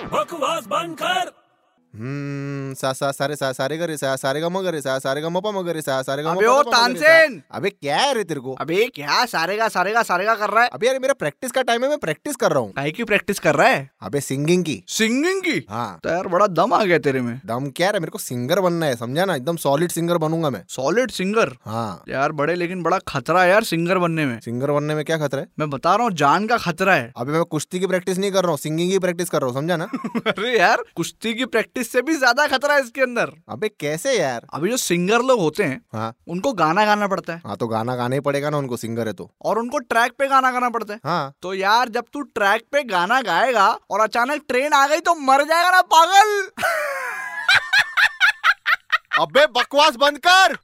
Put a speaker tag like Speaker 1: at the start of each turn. Speaker 1: आवाज बंद कर
Speaker 2: हम्म, सा सा सारे सा सारे गा रे सा सारे गा रे सा सारे गा मपा मग रे सा सारे गा
Speaker 3: अबे ओ तानसेन
Speaker 2: अबे क्या है रे तेरे को
Speaker 3: अबे क्या सारेगा सारेगा सारेगा कर रहा है
Speaker 2: अबे यार मेरा प्रैक्टिस का टाइम है मैं प्रैक्टिस कर रहा हूँ
Speaker 3: काहे की प्रैक्टिस कर रहा है
Speaker 2: अबे सिंगिंग की
Speaker 3: सिंगिंग की
Speaker 2: हाँ
Speaker 3: तो यार बड़ा दम आ गया तेरे में
Speaker 2: दम क्या है मेरे को सिंगर बनना है समझा ना एकदम सॉलिड सिंगर बनूंगा मैं
Speaker 3: सॉलिड सिंगर
Speaker 2: हाँ
Speaker 3: यार बड़े लेकिन बड़ा खतरा है यार सिंगर बनने में
Speaker 2: सिंगर बनने में क्या खतरा है
Speaker 3: मैं बता रहा हूँ जान का खतरा है
Speaker 2: अबे मैं कुश्ती की प्रैक्टिस नहीं कर रहा हूँ सिंगिंग की प्रैक्टिस कर रहा हूँ समझा ना
Speaker 3: अरे यार कुश्ती की प्रैक्टिस से भी ज्यादा खतरा है इसके अंदर
Speaker 2: अबे कैसे यार
Speaker 3: अभी जो सिंगर लोग होते हैं
Speaker 2: हाँ
Speaker 3: उनको गाना गाना पड़ता है
Speaker 2: हाँ तो गाना गाना ही पड़ेगा ना उनको सिंगर है तो
Speaker 3: और उनको ट्रैक पे गाना गाना पड़ता है
Speaker 2: हाँ
Speaker 3: तो यार जब तू ट्रैक पे गाना गाएगा और अचानक ट्रेन आ गई तो मर जाएगा ना पागल
Speaker 2: अबे बकवास बंद कर